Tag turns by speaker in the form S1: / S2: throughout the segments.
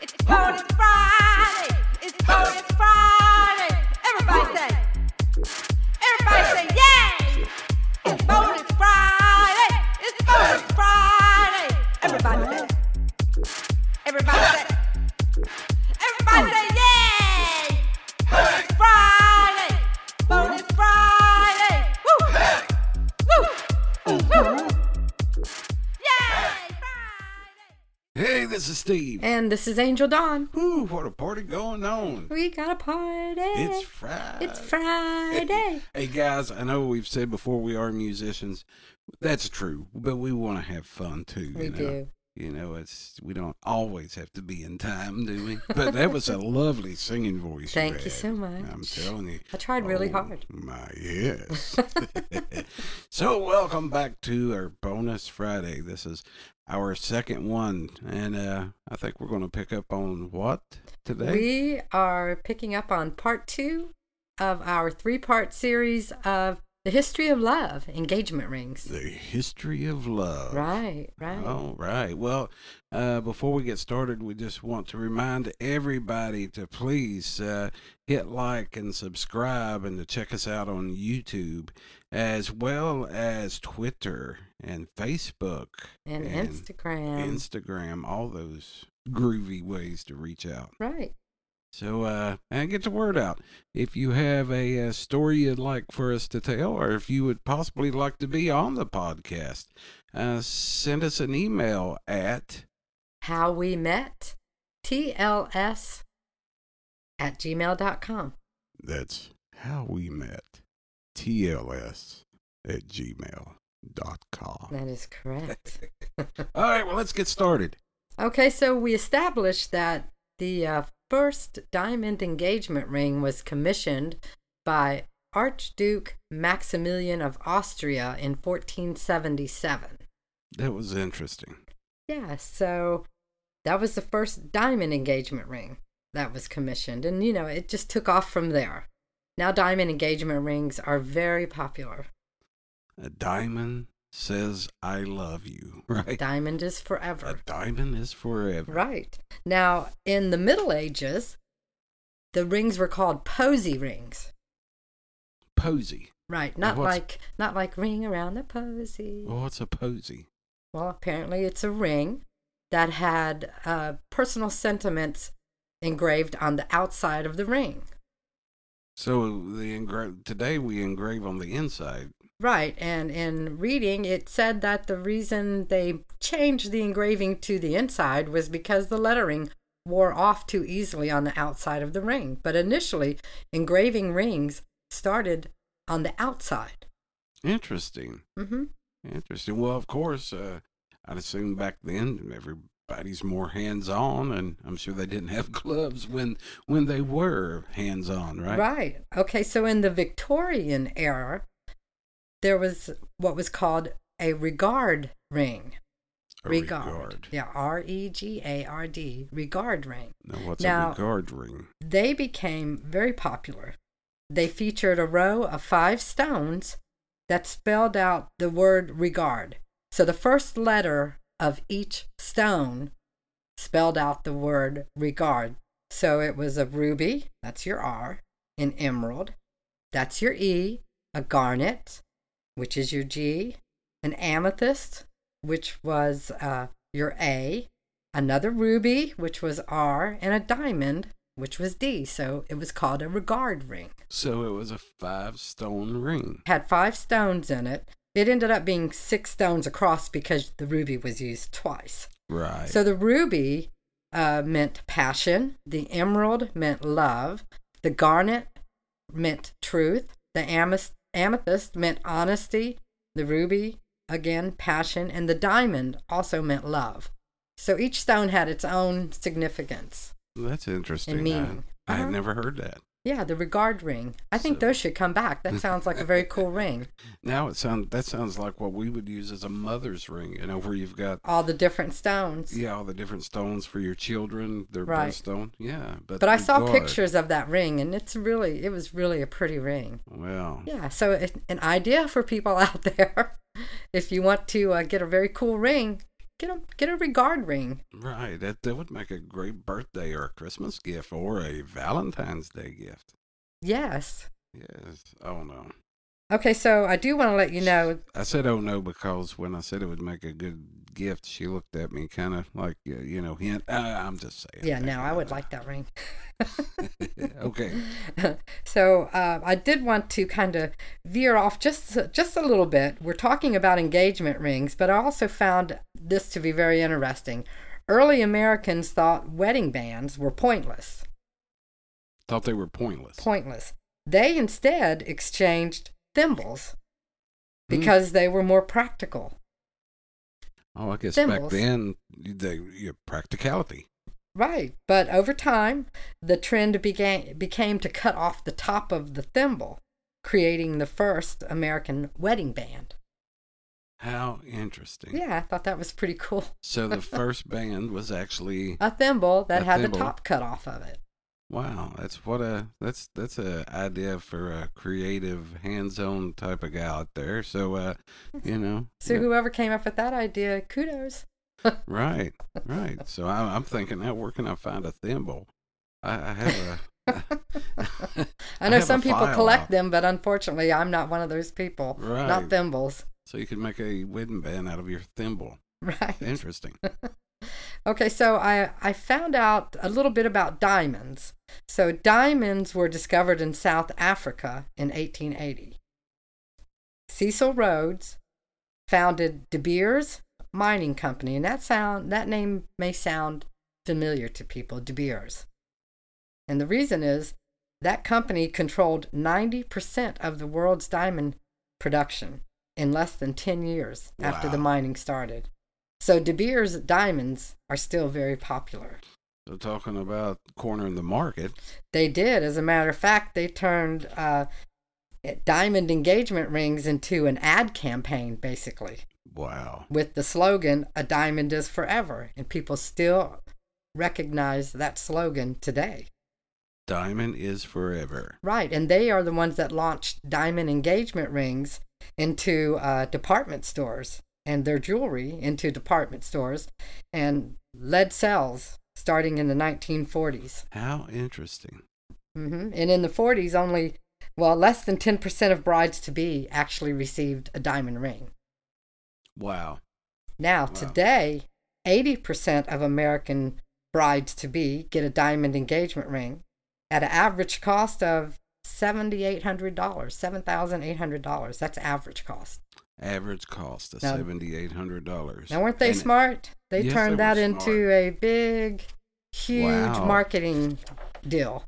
S1: It's Pony Friday. It's Pony Friday. Everybody say. Everybody say yay. It's Pony Friday. It's Pony Friday. Everybody say. Everybody say. Everybody say yay. Bonus Friday. Bonus Friday. Woo. Woo. Woo. Yay. Friday.
S2: Hey, this is Steve.
S3: And this is Angel Dawn.
S2: Ooh, what a party going on.
S3: We got a party.
S2: It's Friday.
S3: It's Friday.
S2: Hey, guys, I know we've said before we are musicians. That's true, but we want to have fun too.
S3: We
S2: you know?
S3: do.
S2: You know, it's we don't always have to be in time, do we? But that was a lovely singing voice.
S3: Thank you
S2: had.
S3: so much.
S2: I'm telling you.
S3: I tried really
S2: Oh,
S3: hard.
S2: My yes. so welcome back to our bonus Friday. This is our second one, and uh, I think we're going to pick up on what today.
S3: We are picking up on part two of our three part series of The History of Love Engagement Rings.
S2: the history of love.
S3: Right, right.
S2: All right. Well, uh, before we get started, we just want to remind everybody to please uh, hit like and subscribe and to check us out on YouTube as well as Twitter and Facebook
S3: and, Instagram.
S2: Instagram, all those groovy ways to reach out.
S3: right.
S2: So, uh, and get the word out. If you have a, uh story you'd like for us to tell, or if you would possibly like to be on the podcast, uh, send us an email at
S3: How we met, TLS at gmail.com.
S2: that's how we met tls at gmail dot com.
S3: That is correct.
S2: All right, well, let's get started.
S3: Okay, so we established that the uh, first diamond engagement ring was commissioned by Archduke Maximilian of Austria in 1477.
S2: That was interesting.
S3: Yeah, so that was the first diamond engagement ring that was commissioned. And, you know, it just took off from there. Now, diamond engagement rings are very popular.
S2: A diamond says, I love you, right?
S3: Diamond is
S2: A
S3: forever.
S2: diamond is forever.
S3: Right. Now, in the Middle Ages, the rings were called posy rings.
S2: Posy.
S3: Right,
S2: Now
S3: not
S2: what's-
S3: like not like ring around the posy.
S2: Well, what's a posy?
S3: Well, apparently it's a ring that had uh, personal sentiments engraved on the outside of the ring.
S2: So the engra- today we engrave on the inside.
S3: Right, and in reading it said that the reason they changed the engraving to the inside was because the lettering wore off too easily on the outside of the ring. But initially, engraving rings started on the outside.
S2: Interesting,
S3: hmm
S2: interesting. Well, of course, uh, I'd assume back then everybody's more hands-on, and I'm sure they didn't have gloves when when they were hands-on, right?
S3: Okay. So in the Victorian era, there was what was called a regard ring.
S2: A
S3: Yeah. R E G A R D. Regard ring.
S2: Now, what's a
S3: Now-
S2: regard ring?
S3: They became very popular. They featured a row of five stones that spelled out the word regard. So the first letter of each stone spelled out the word regard. So it was a ruby, that's your R, an emerald, that's your E, a garnet, which is your G, an amethyst, which was uh, your A, another ruby, which was R, and a diamond, which was D. So it was called a regard ring.
S2: So it was a five-stone ring.
S3: Had five stones in it. It ended up being six stones across because the ruby was used twice.
S2: Right.
S3: So the ruby uh, meant passion, the emerald meant love, the garnet meant truth, the amethyst, amethyst meant honesty, the ruby, again, passion, and the diamond also meant love. So each stone had its own significance.
S2: That's interesting.
S3: meaning.
S2: I, I had
S3: Uh-huh.
S2: never heard that.
S3: Yeah, the regard ring. I think
S2: So-
S3: those should come back. That sounds like a very cool ring.
S2: Now it sounds that sounds like what we would use as a mother's ring. You know, where you've got
S3: All the different stones.
S2: Yeah, all the different stones for your children, their
S3: Right.
S2: birthstone. Yeah, but
S3: But I
S2: the
S3: saw
S2: guard-
S3: pictures of that ring, and it's really, it was really a pretty ring.
S2: Well,
S3: Yeah, so it, an idea for people out there, if you want to uh, get a very cool ring,
S4: Get a get a regard ring.
S2: Right. That, that would make a great birthday or a Christmas gift or a Valentine's Day gift.
S4: Yes.
S2: Yes. Oh, no.
S4: Okay, so I do want to let you know.
S2: I said, oh, no, because when I said it would make a good gift, she looked at me kind of like, uh, you know, hint. Uh, I'm just saying.
S4: Yeah,
S2: that,
S4: no,
S2: you
S4: I
S2: know.
S4: would like that ring.
S2: okay.
S4: so uh, I did want to kind of veer off just just a little bit. We're talking about engagement rings, but I also found this to be very interesting. Early Americans thought wedding bands were pointless.
S2: Thought they were pointless.
S4: Pointless. They instead exchanged thimbles
S2: Hmm.
S4: because they were more practical.
S2: Oh, I guess
S4: Thimbles.
S2: back then, the your practicality.
S4: Right, but over time, the trend began became to cut off the top of the thimble, creating the first American wedding band.
S2: How interesting.
S4: Yeah, I thought that was pretty cool.
S2: So the first band was actually
S4: A thimble that
S2: A
S4: had
S2: thimble.
S4: the top cut off of it.
S2: wow. That's what a that's that's a idea for a creative, hands-on type of guy out there. So uh, you know,
S4: So
S2: yeah,
S4: whoever came up with that idea, kudos.
S2: right, right. So I, I'm thinking, now where can I find a thimble? I, I have a
S4: I know
S2: have a
S4: some people
S2: file
S4: collect
S2: out.
S4: them, but unfortunately, I'm not one of those people.
S2: Right.
S4: Not thimbles.
S2: so you could make a wedding band out of your thimble.
S4: Right.
S2: Interesting.
S4: Okay, so I, I found out a little bit about diamonds. So, diamonds were discovered in South Africa in 1880. Cecil Rhodes founded De Beers Mining Company, and that, sound, that name may sound familiar to people De Beers. And the reason is that company controlled 90% of the world's diamond production in less than 10 years after the
S2: Wow.
S4: mining started. So De Beers diamonds are still very popular.
S2: So talking about cornering the market.
S4: They did, as a matter of fact, they turned uh, diamond engagement rings into an ad campaign, basically,
S2: Wow.
S4: with the slogan "A diamond is forever," and people still recognize that slogan today.
S2: Diamond is forever.
S4: Right, and they are the ones that launched diamond engagement rings into uh, department stores and their jewelry into department stores and lead cells starting in the 1940s.
S2: How interesting.
S4: hmm And in the 40s, only, well, less than 10% of brides to be actually received a diamond ring.
S2: Wow.
S4: Now,
S2: Wow.
S4: today, 80% of American brides to be get a diamond engagement ring at an average cost of $7,800, $7,800. That's average cost.
S2: Average cost of
S4: Now-
S2: seventy eight hundred dollars.
S4: Now, weren't they
S2: And-
S4: smart? They
S2: Yes,
S4: turned
S2: they were
S4: that into
S2: smart.
S4: a big, huge
S2: Wow.
S4: marketing deal.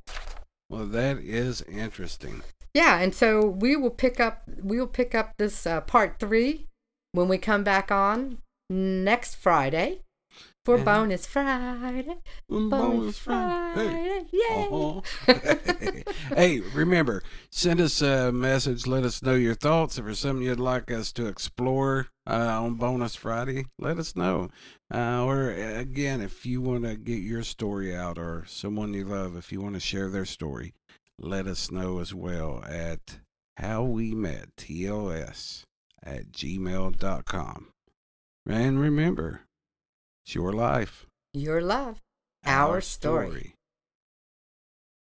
S2: Well, that is interesting.
S4: yeah and so we will pick up we will pick up this uh, part three when we come back on next friday for
S2: And-
S4: bonus friday
S2: Bonus
S4: bonus
S2: friend. Hey.
S4: friday yay
S2: Uh-huh. hey, remember, send us a message. Let us know your thoughts. If there's something you'd like us to explore uh, on Bonus Friday, let us know. Uh, or uh, again, if you want to get your story out or someone you love, if you want to share their story, let us know as well at how we met TLS at gmail.com. And remember, it's your life,
S4: your love our story